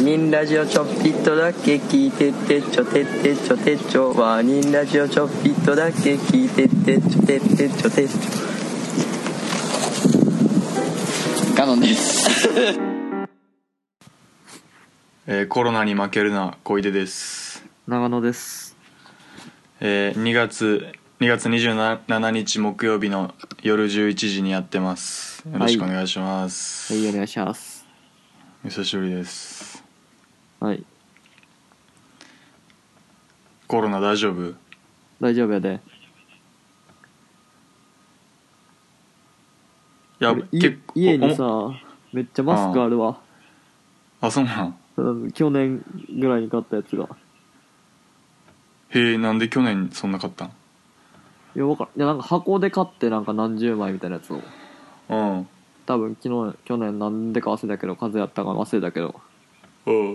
人ラジオちょっぴっとだけ聞いてってちょてってちょてっちょワーニンラジオちょっぴっとだけ聞いてってちょてってちょてっちょガノンです。えーコロナに負けるな小出です、長野ですえー2月2月27日木曜日の夜11時にやってますよろしくお願いしまはす、いお願いしますお久しぶりですはいコロナ大丈夫大丈夫やでいや俺い結構家におさめっちゃマスクあるわあそうなんうん去年ぐらいに買ったやつがへえなんで去年そんな買ったんいやわからんいやなんか箱で買ってなんか何十枚みたいなやつをうん多分昨日去年なんでか忘れたけど風邪やったから忘れたけどうん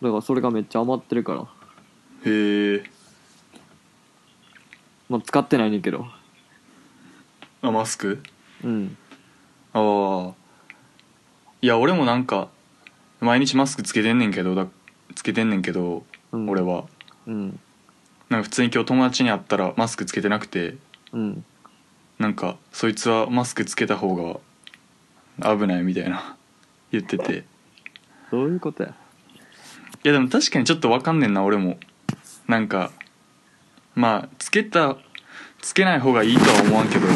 だからそれがめっちゃ余ってるからへえまあ使ってないねんけどあマスクうんああいや俺もなんか毎日マスクつけてんねんけどだつけてんねんけど、うん俺はうんなんか普通に今日友達に会ったらマスクつけてなくてうんなんかそいつはマスクつけた方が危ないみたいな言ってていどういうことややでも確かにちょっとわかんねんな俺もなんかまあつけたつけない方がいいとは思わんけど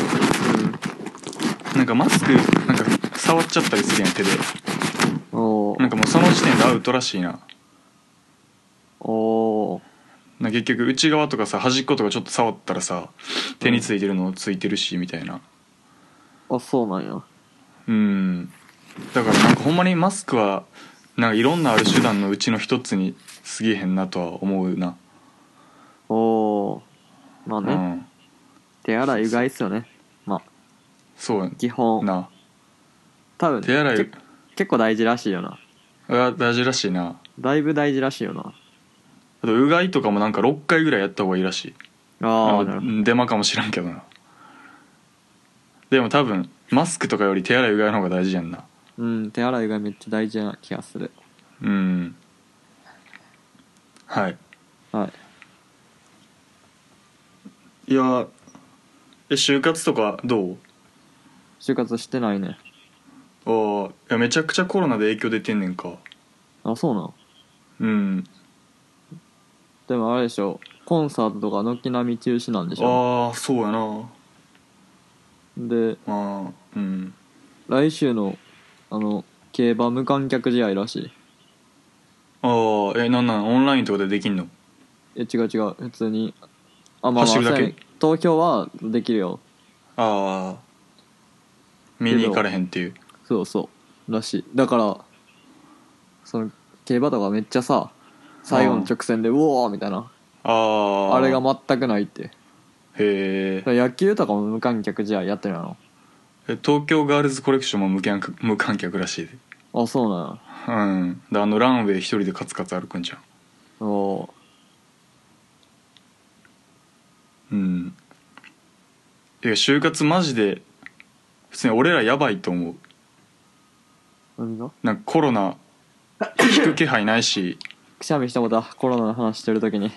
なんかマスクなんか触っちゃったりするやん手でうんおなんーかもうその時点でアウトらしいなおーなんか結局内側とかさ端っことかちょっと触ったらさ手についてるのついてるしみたいなあそうなんやうんだからなんかほんまにマスクはなんかいろんなある手段のうちの一つにすげえへんなとは思うな、おーまあうね、ん手洗いうがいっすよねまあそうや基本な多分手洗いけ結構大事らしいよなが大事らしいなだいぶ大事らしいよなあとうがいとかもなんか6回ぐらいやった方がいいらしいあああなるほどのデマかもしらんけどなでも多分マスクとかより手洗いうがいの方が大事やんなうん手洗いうがいめっちゃ大事な気がするうんはいはいいやえ就活とかどう就活してないねああいやめちゃくちゃコロナで影響出てんねんかあそうなんうんでもあれでしょコンサートとか軒並み中止なんでしょああそうやなでまあうん来週のあの競馬無観客試合らしいああえなんなんオンラインとかでできんのえ違う違う普通にあまあまあ走るだけそうやね投票はできるよああ見に行かれへんっていうそうそうらしいだからその競馬とかめっちゃさ最後の直線でうおーみたいなあああれが全くないってへだかえら野球とかも無観客試合やってるやろえ東京ガールズコレクションも無観客無観客らしいであそうなんうんであのランウェイ一人でカツカツ歩くんじゃんやおーうんいや就活マジで普通に俺らやばいと思う何がなんかコロナ引く気配ないしくしゃみしたことはコロナの話してる時に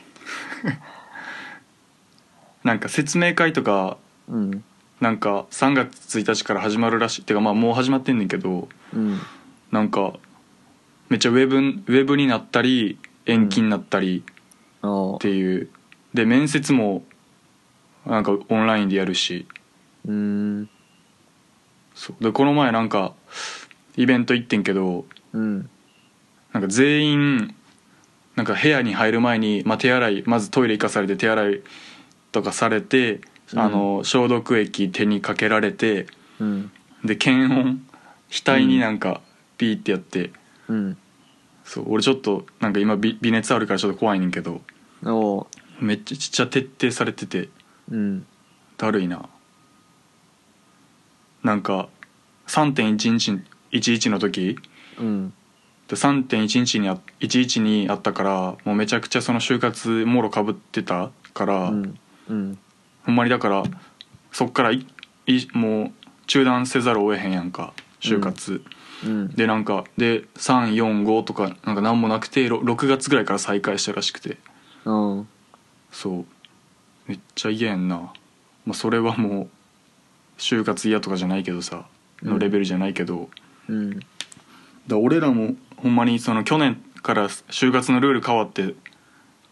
なんか説明会とかうんなんか3月1日から始まるらしいってかまあもう始まってんねんけどうんなんかめっちゃウェブウェブになったり延期になったりおっていう、で面接もなんかオンラインでやるしうーんそうでこの前なんかイベント行ってんけどうんなんか全員なんか部屋に入る前に、まあ、手洗いまずトイレ行かされて手洗いとかされて、うんあの消毒液手にかけられてうんで検温額になんかピーってやって、うんそう俺ちょっとなんか今微微熱あるからちょっと怖いねんけどおーめっちゃちっちゃ徹底されててうんだるいななんか3.11 11の時うんで3.11にあ11にあったからもうめちゃくちゃその就活もろかぶってたから、うんうんほんまにだからそっからいいもう中断せざるを得へんやんか就活、うんでなんかで345とかなんか何もなくてろ6月ぐらいから再開したらしくてうんそうめっちゃ嫌やんな、まあ、それはもう就活嫌とかじゃないけどさのレベルじゃないけど、だかうんら俺らもほんまにその去年から就活のルール変わって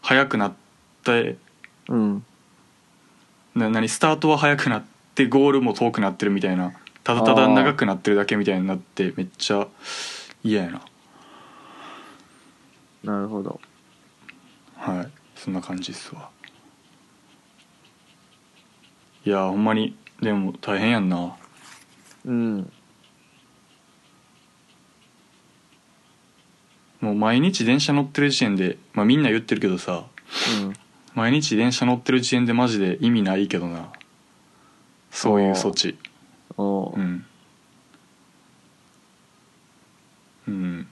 早くなってうんな何スタートは早くなってゴールも遠くなってるみたいなただただ長くなってるだけみたいになってめっちゃ嫌やななるほどはいそんな感じっすわいやほんまにでも大変やんなうんもう毎日電車乗ってる時点で、まあ、みんな言ってるけどさ毎日電車乗ってる時点でマジで意味ないけどなそういう措置うんおううんうん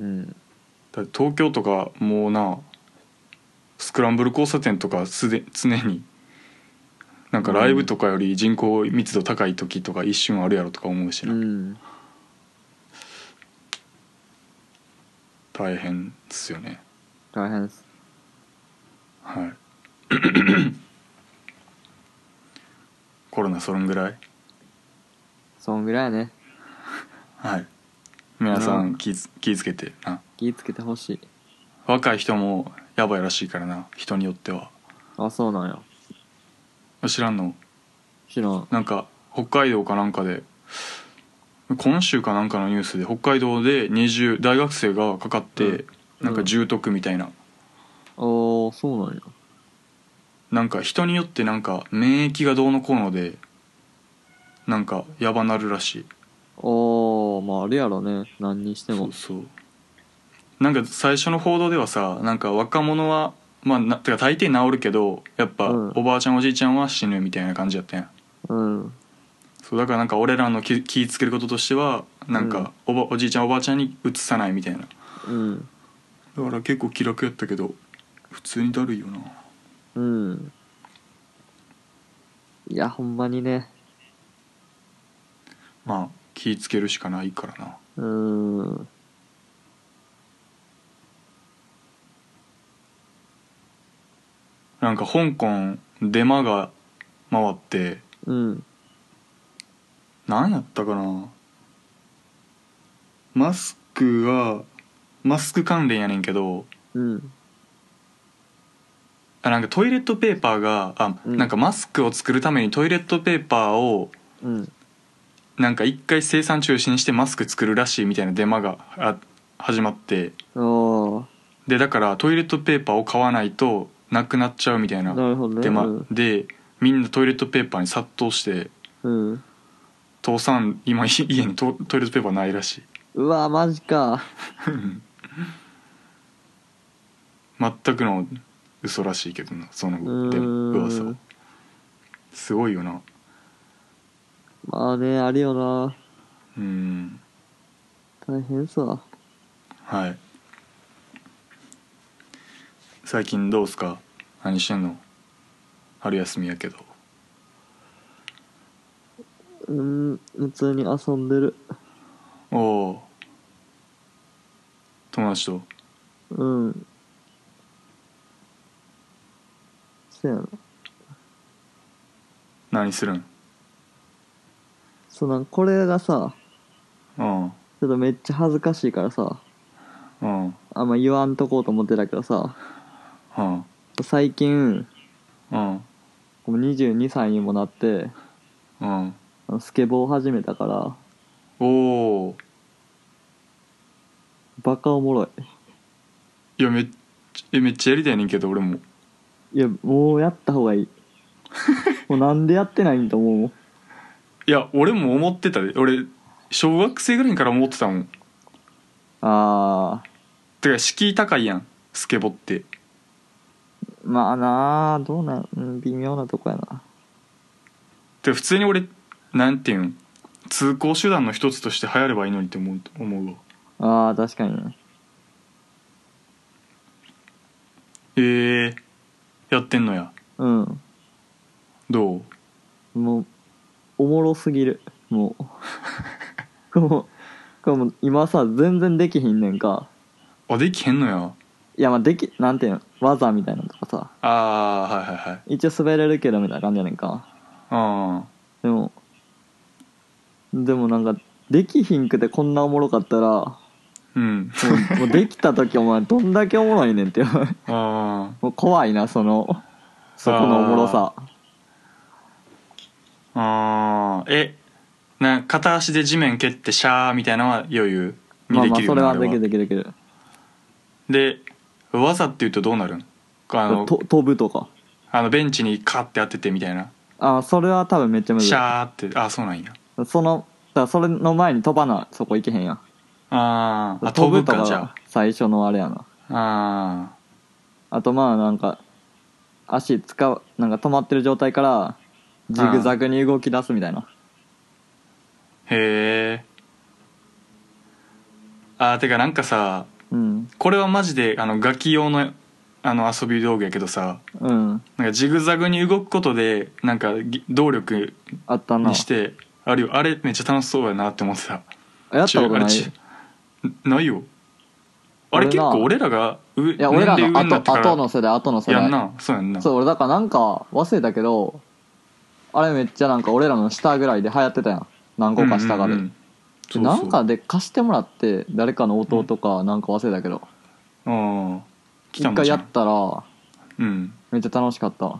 うんだって東京とかもうなスクランブル交差点とかすで常になんかライブとかより人口密度高い時とか一瞬あるやろとか思うしうな、ん大変っすよね大変っすはい コロナそれんぐらいそんぐらいやねはい皆さうんん気づ気ぃつけてな気ぃつけてほしい若い人もやばいらしいからな人によってはあそうなんや知らんの知らんなんか北海道かなんかで今週かなんかのニュースで北海道で20大学生がかかって、うんなんか重篤みたいなおーそうなんやなんか人によってなんか免疫がどうのこうのでなんかやばなるらしいおーまああるやろね何にしてそもうそうなんか最初の報道ではさなんか若者はまあなてか大抵治るけどやっぱ、うんおばあちゃんおじいちゃんは死ぬみたいな感じやったやんうんそうだからなんか俺らの気気ぃつけることとしてはなんか、おばおじいちゃんおばあちゃんにうつさないみたいなうんだから結構気楽やったけど普通にだるいよなうんいやほんまにねまあ気ぃつけるしかないからなうーんなんか香港デマが回ってうん何やったかなマスクがマスク関連やねんけどうんあなんかトイレットペーパーがあ、うんなんかマスクを作るためにトイレットペーパーをうんなんか一回生産中止にしてマスク作るらしいみたいなデマがあ始まっておーでだからトイレットペーパーを買わないとなくなっちゃうみたいななるほどねで,、まうんでみんなトイレットペーパーに殺到してうん父さん今い家にトトイレットペーパーないらしいうわマジか全くの嘘らしいけどなそのうーんで噂はすごいよなまあねあるよなうん大変さはい最近どうすか何してんの春休みやけどうん普通に遊んでるおお友達とうんそやな何するんそうなんこれがさうんちょっとめっちゃ恥ずかしいからさうんうんあんま言わんとこうと思ってたけどさうん最近うんこの22歳にもなってうんあのスケボーを始めたからおおバカおもろいいやめっちゃえめっちゃやりたいねんけど俺もいやもうやった方がいいもうなんでやってないんと思うもんいや俺も思ってたで俺小学生ぐらいから思ってたもんああてか敷居高いやんスケボーってまあなあどうなんうん微妙なとこやなてか普通に俺なんていうん通行手段の一つとして流行ればいいのにって思う思うわあー確かにねええやってんのやうんどうもうおもろすぎるもう もうこれもう今さ全然できひんねんかあできへんのやいやまあできなんていうの技みたいなのとかさあーはいはいはい一応滑れるけどみたいな感じやねんかあでもでもなんかできひんくてこんなおもろかったらもーうんうもうできた時お前どんだけおもろいねんって 思うあもう怖いなそのそこのおもろさーあーえな片足で地面蹴ってシャーみたいなのは余裕にまあでまあきるそよれはなできるあできるできるれはで技っていうとどうなるんあのと飛ぶとかあのベンチにカッて当ててみたいなあそれは多分めっちゃむずシいャーってあそうなんやそのだからそれの前に飛ばなそこ行けへんやんあーあ飛ぶとかがじゃ最初のあれやなああとまあなんか足使うなんか止まってる状態からジグザグに動き出すみたいなあーへえあーてかなんかさうんこれはマジであのガキ用のあの遊び道具やけどさうんなんかジグザグに動くことでなんかぎ動力あったなにしてあるよあれめっちゃ楽しそうやなって思ってたやった中ことあれない中ないよあれ俺結な構俺らが上いや俺ら年の齢上になって後から後の世代後の世代やんなそうやんなそう俺だからなんか忘れたけどあれめっちゃなんか俺らの下ぐらいで流行ってたやん何個か下がで、うんうんうんそうそうなんかで貸してもらって誰かの弟かなんか忘れたけど、うん来た一んだ回じゃやんったらうんめっちゃ楽しかった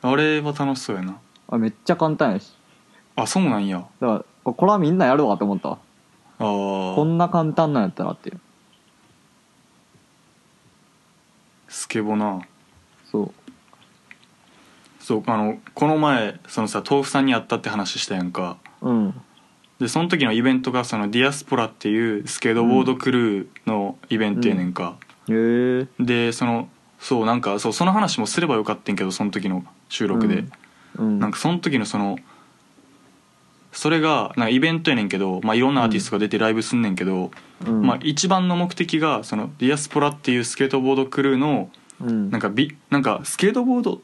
あれは楽しそうやなあめっちゃ簡単やしあそうなんやだからこれはみんなやるわと思ったわあこーんな簡単なんやったらっていうスケボなそうそうあのこの前そのさ豆腐さんに会ったって話したやんかうんでその時のイベントがそのディアスポラっていうスケートボードクルーのイベントやねんか、へえでそのそうなんかそうその話もすればよかったんけどその時の収録で、うんなんかその時のそのそれがなんかイベントやねんけど、まあ、いろんなアーティストが出てライブすんねんけど、うんまあ、一番の目的がそのディアスポラっていうスケートボードクルーのうんなんかビなんかスケートボード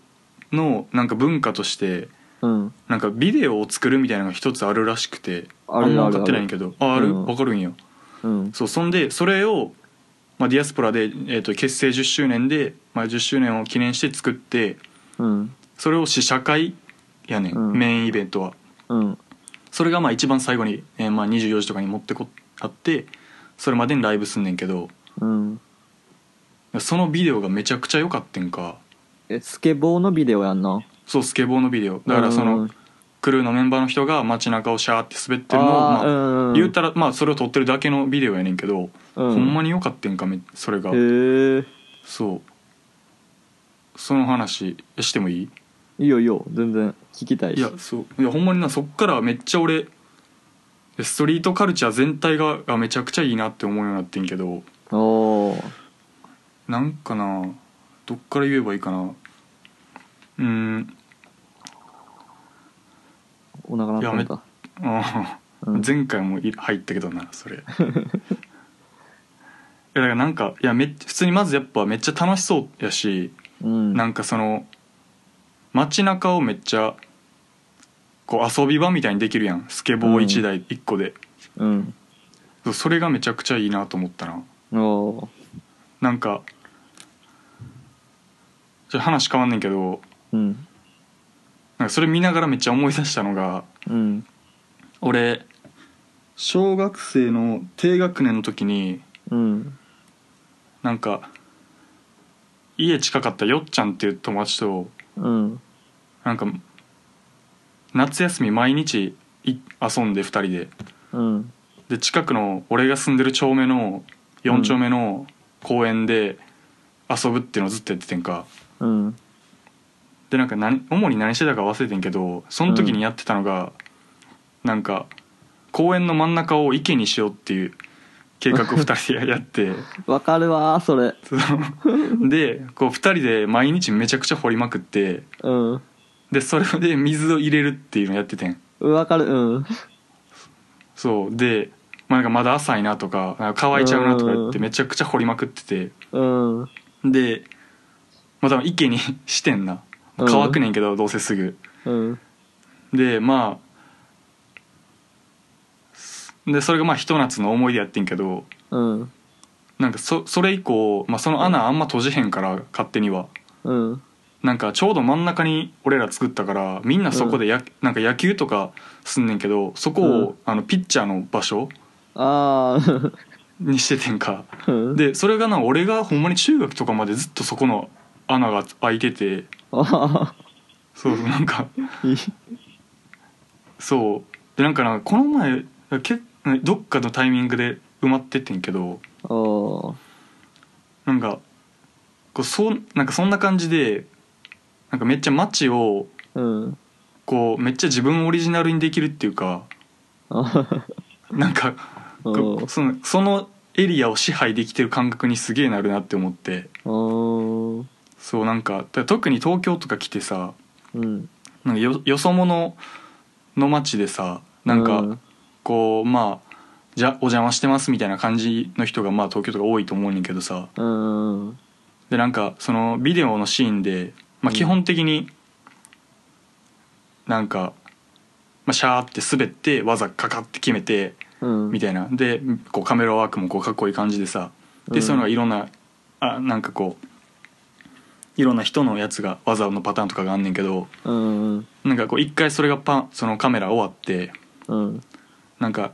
のなんか文化としてうんなんかビデオを作るみたいなのが一つあるらしくてあるんまある分かってないんやけどあある、うん分かるんやうんそうそんでそれを、まあ、ディアスポラで、えー、と結成10周年で、まあ、10周年を記念して作ってうんそれを試写会やねん、うんメインイベントはうんそれがまあ一番最後に、えーまあ、24時とかに持ってこあってそれまでにライブすんねんけどうんそのビデオがめちゃくちゃ良かってんかえスケボーのビデオやんなそうスケボーのビデオだからその、うんクルーのメンバーの人が街中をシャーって滑ってるのをまあーあうんうん言うたら、まあ、それを撮ってるだけのビデオやねんけど、うんほんまに良かってんかめそれがへえそうその話してもいいいいよいいよ全然聞きたいしいやそういやほんまになそっからめっちゃ俺ストリートカルチャー全体ががめちゃくちゃいいなって思うようになってんけどおーなんかなどっから言えばいいかなうんお腹鳴っていやたあーうん前回もい入ったけどなそれ いやだからなんかいやめっ普通にまずやっぱめっちゃ楽しそうやしうんなんかその街中をめっちゃこう遊び場みたいにできるやんスケボー1台1個で、うんそうそれがめちゃくちゃいいなと思ったなおーなんかちょ話変わんねんけどうんなんかそれ見ながらめっちゃ思い出したのがうん俺小学生の低学年の時にうんなんか家近かったよっちゃんっていう友達とうんなんか夏休み毎日い遊んで2人でうんで近くの俺が住んでる町目の4丁目の公園で遊ぶっていうのをずっとやっててんかうんでなんか何主に何してたか忘れてんけどその時にやってたのが、なんか公園の真ん中を池にしようっていう計画を2人でやってわかるわーそれそのでこう2人で毎日めちゃくちゃ掘りまくってうんでそれで水を入れるっていうのをやっててんわかるうんそうで、まあ、なんかまだ浅いなとかなんか乾いちゃうなとか言ってうんめちゃくちゃ掘りまくっててうんでまあ多分池に してんなうん乾くねんけど、どうせすぐうんでまあすでそれがまあひと夏の思い出やってんけどうんなんかそそれ以降、まあ、その穴あんま閉じへんから勝手にはうんなんかちょうど真ん中に俺ら作ったからみんなそこでや、なんか野球とかすんねんけどそこを、うんあのピッチャーの場所ああにしててんかうんでそれがな俺がほんまに中学とかまでずっとそこの穴が開いててあそうそうなんかあいいそうでなんかなこの前けどっかのタイミングで埋まってってんけどあーなんかこうそうなんかそんな感じでなんかめっちゃ街をうんこうめっちゃ自分オリジナルにできるっていうかあなんかこーうそのそのエリアを支配できてる感覚にすげえなるなって思ってあーそうなんかだから特に東京とか来てさうんなんかよよそ者の街でさなんか、うんこうまあじゃお邪魔してますみたいな感じの人がまあ東京とか多いと思うねんけどさうんうんでなんかそのビデオのシーンで、まあ、うん基本的になんか、まあ、シャーって滑って技かかって決めてうんみたいなでこうカメラワークもこうかっこいい感じでさで、うんそういうのがいろんなあなんかこういろんな人のやつが技のパターンとかがあんねんけどうんうんなんかこう一回それがパンそのカメラ終わってうんなんか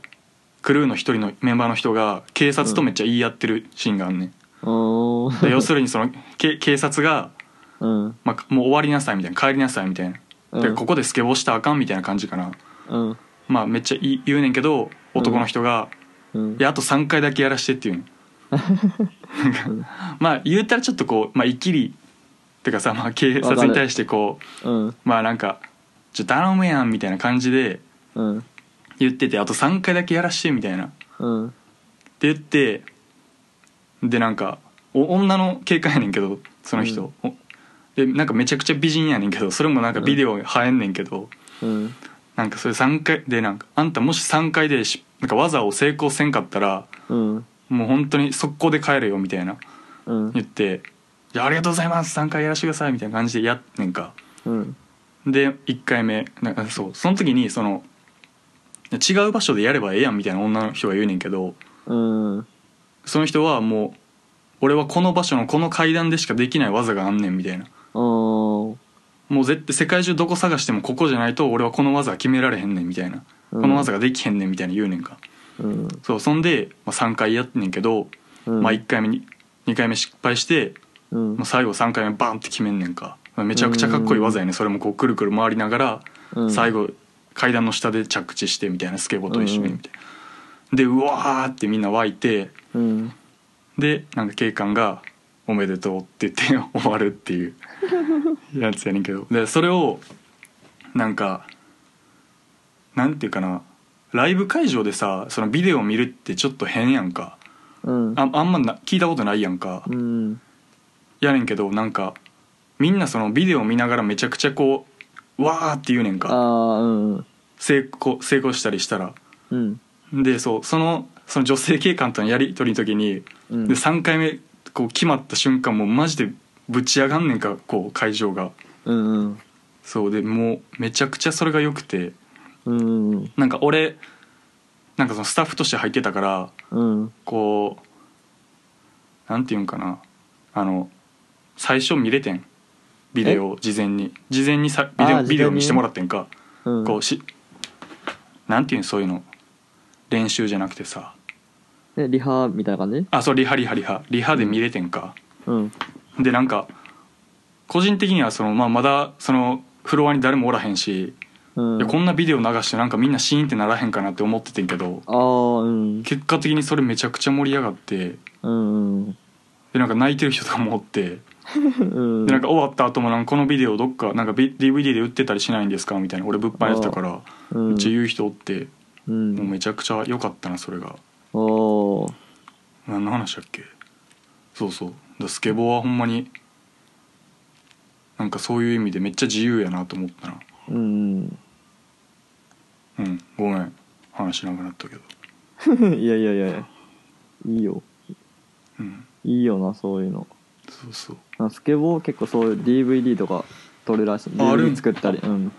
クルーの一人のメンバーの人が警察とめっちゃ言い合ってるシーンがあんねん、おーで要するにそのけ警察が、うんまあ、もう終わりなさいみたいな帰りなさいみたいな、うんでここでスケボーしたらあかんみたいな感じかなうんまあめっちゃい言うねんけど男の人がうん「いやあと3回だけやらして」って言うのなんかまあ言うたらちょっとこう、まあ、イキリってかさ、まあ、警察に対してこううんまあなんか「ちょ頼むやん」みたいな感じでうん言ってて「あと3回だけやらして」みたいなうんって言ってでなんかお女の警官やねんけどその人、おでなんかめちゃくちゃ美人やねんけどそれもなんかビデオ映えんねんけど、うんなんかそれ3回でなんかあんたもし3回でしなんか技を成功せんかったらうんもう本当に速攻で帰れよみたいなうん言って「じゃあありがとうございます3回やらせてください」みたいな感じでやっねんかうんで1回目なんかそうその時にその違う場所でやればええやんみたいな女の人が言うねんけど、うんその人はもう俺はこの場所のこの階段でしかできない技があんねんみたいなおーもう絶対世界中どこ探してもここじゃないと俺はこの技は決められへんねんみたいな、うんこの技ができへんねんみたいな言うねんかうんそうそんで、まあ、3回やってんねんけど、うんまあ1回目に2回目失敗して、うんまあ、最後3回目バンって決めんねんかまあめちゃくちゃかっこいい技やねそれもこうくるくる回りながら、うん最後階段の下で着地してみたいなスケボーと一緒にみたいな、でうわーってみんな湧いてうんでなんか警官が「おめでとう」って言って 終わるっていうやつやねんけどでそれをなんかなんていうかなライブ会場でさそのビデオ見るってちょっと変やんかうんああんまな聞いたことないやんかうんやねんけどなんかみんなそのビデオ見ながらめちゃくちゃこう「わー」って言うねんあかーうん成功成功したりしたらうんでそうそのその女性警官とのやり取りの時にうんで3回目こう決まった瞬間もうマジでぶち上がんねんかこう会場がうんうんそうでもうめちゃくちゃそれが良くてうんうんなんか俺なんかそのスタッフとして入ってたからうんこうなんていうんかなあの最初見れてんビデオを事前に事前にさビデあオービデ事前オに見してもらってんか、うんこうしなんていうんそういうの練習じゃなくてさえリハみたいな感じあそうリハリハリハリハで見れてんか、うんでなんか個人的にはその、まあ、まだそのフロアに誰もおらへんし、うんいやこんなビデオ流してなんかみんなシーンってならへんかなって思っててんけどあーうん結果的にそれめちゃくちゃ盛り上がってうんうんでなんか泣いてる人とかもおってうんでなんか終わった後もなんかこのビデオどっかなんかビ DVD で売ってたりしないんですかみたいな俺物販やってたからうめんっちゃ言う人おってうもうんめちゃくちゃ良かったなそれがおー何の話だっけそうそうだからスケボーはほんまになんかそういう意味でめっちゃ自由やなと思ったなうん うんごめん話長くなったけどうんいやいやいやいいようんいいよなそういうのそうそうあスケボー結構そういう DVD とか撮るらしいあある DVD 作ったりうんだか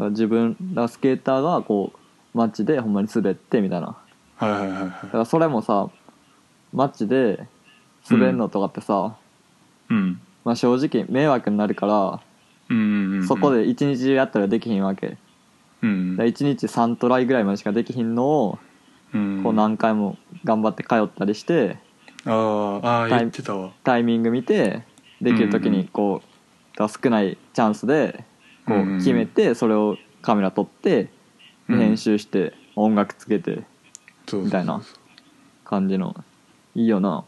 あら自分らスケーターがこうマッチでほんまに滑ってみたいなはいはいはいはいだからそれもさマッチで滑るのとかってさ、うんまあ、正直迷惑になるから、うんうんうんうんそこで一日中やったらできひんわけうんだ1日3トライぐらいまでしかできひんのをうんこう何回も頑張って通ったりしてあーあータイ言ってたわタイミング見てできる時にこうだから少ないチャンスでこうんうんう決めてそれをカメラ撮ってうん編集して音楽つけてそうそうそうみたいな感じのいいよな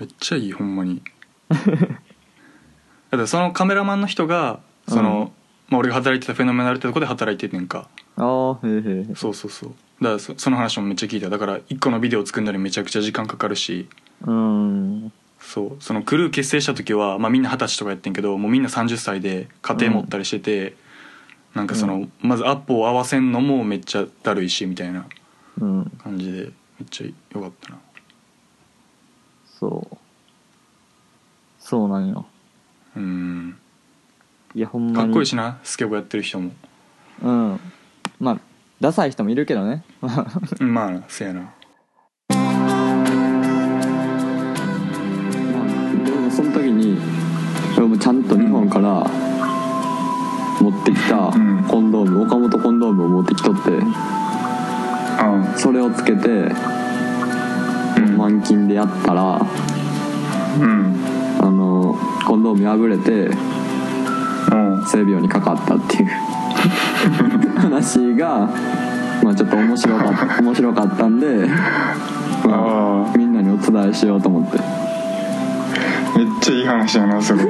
めっちゃいいほん まにだってそのカメラマンの人がその、まあ、俺が働いてたフェノメナルってとこで働いてんねんかああへえへえそうそうそうだからそその話もめっちゃ聞いただから1個のビデオ作るのにめちゃくちゃ時間かかるしうんそうそのクルー結成した時は、まあ、みんな二十歳とかやってんけどもうみんな30歳で家庭持ったりしてて、なんかその、うまずアップを合わせんのもめっちゃだるいしみたいなうん感じでめっちゃ良かったなそうそうなんようんいやほんまかにっこいいしなスケボーやってる人もうんまあダサい人もいるけ どねうんまあせやなでもその時に俺もちゃんと日本から持ってきたんコンドーム、岡本コンドームを持ってきとってあそれをつけて満勤でやったらうんあのコンドーム破れて性病にかかったっていう話が、まあ、ちょっと面白かった面白かったんで、まああ、みんなにお伝えしようと思ってあめっちゃいい話やなそれ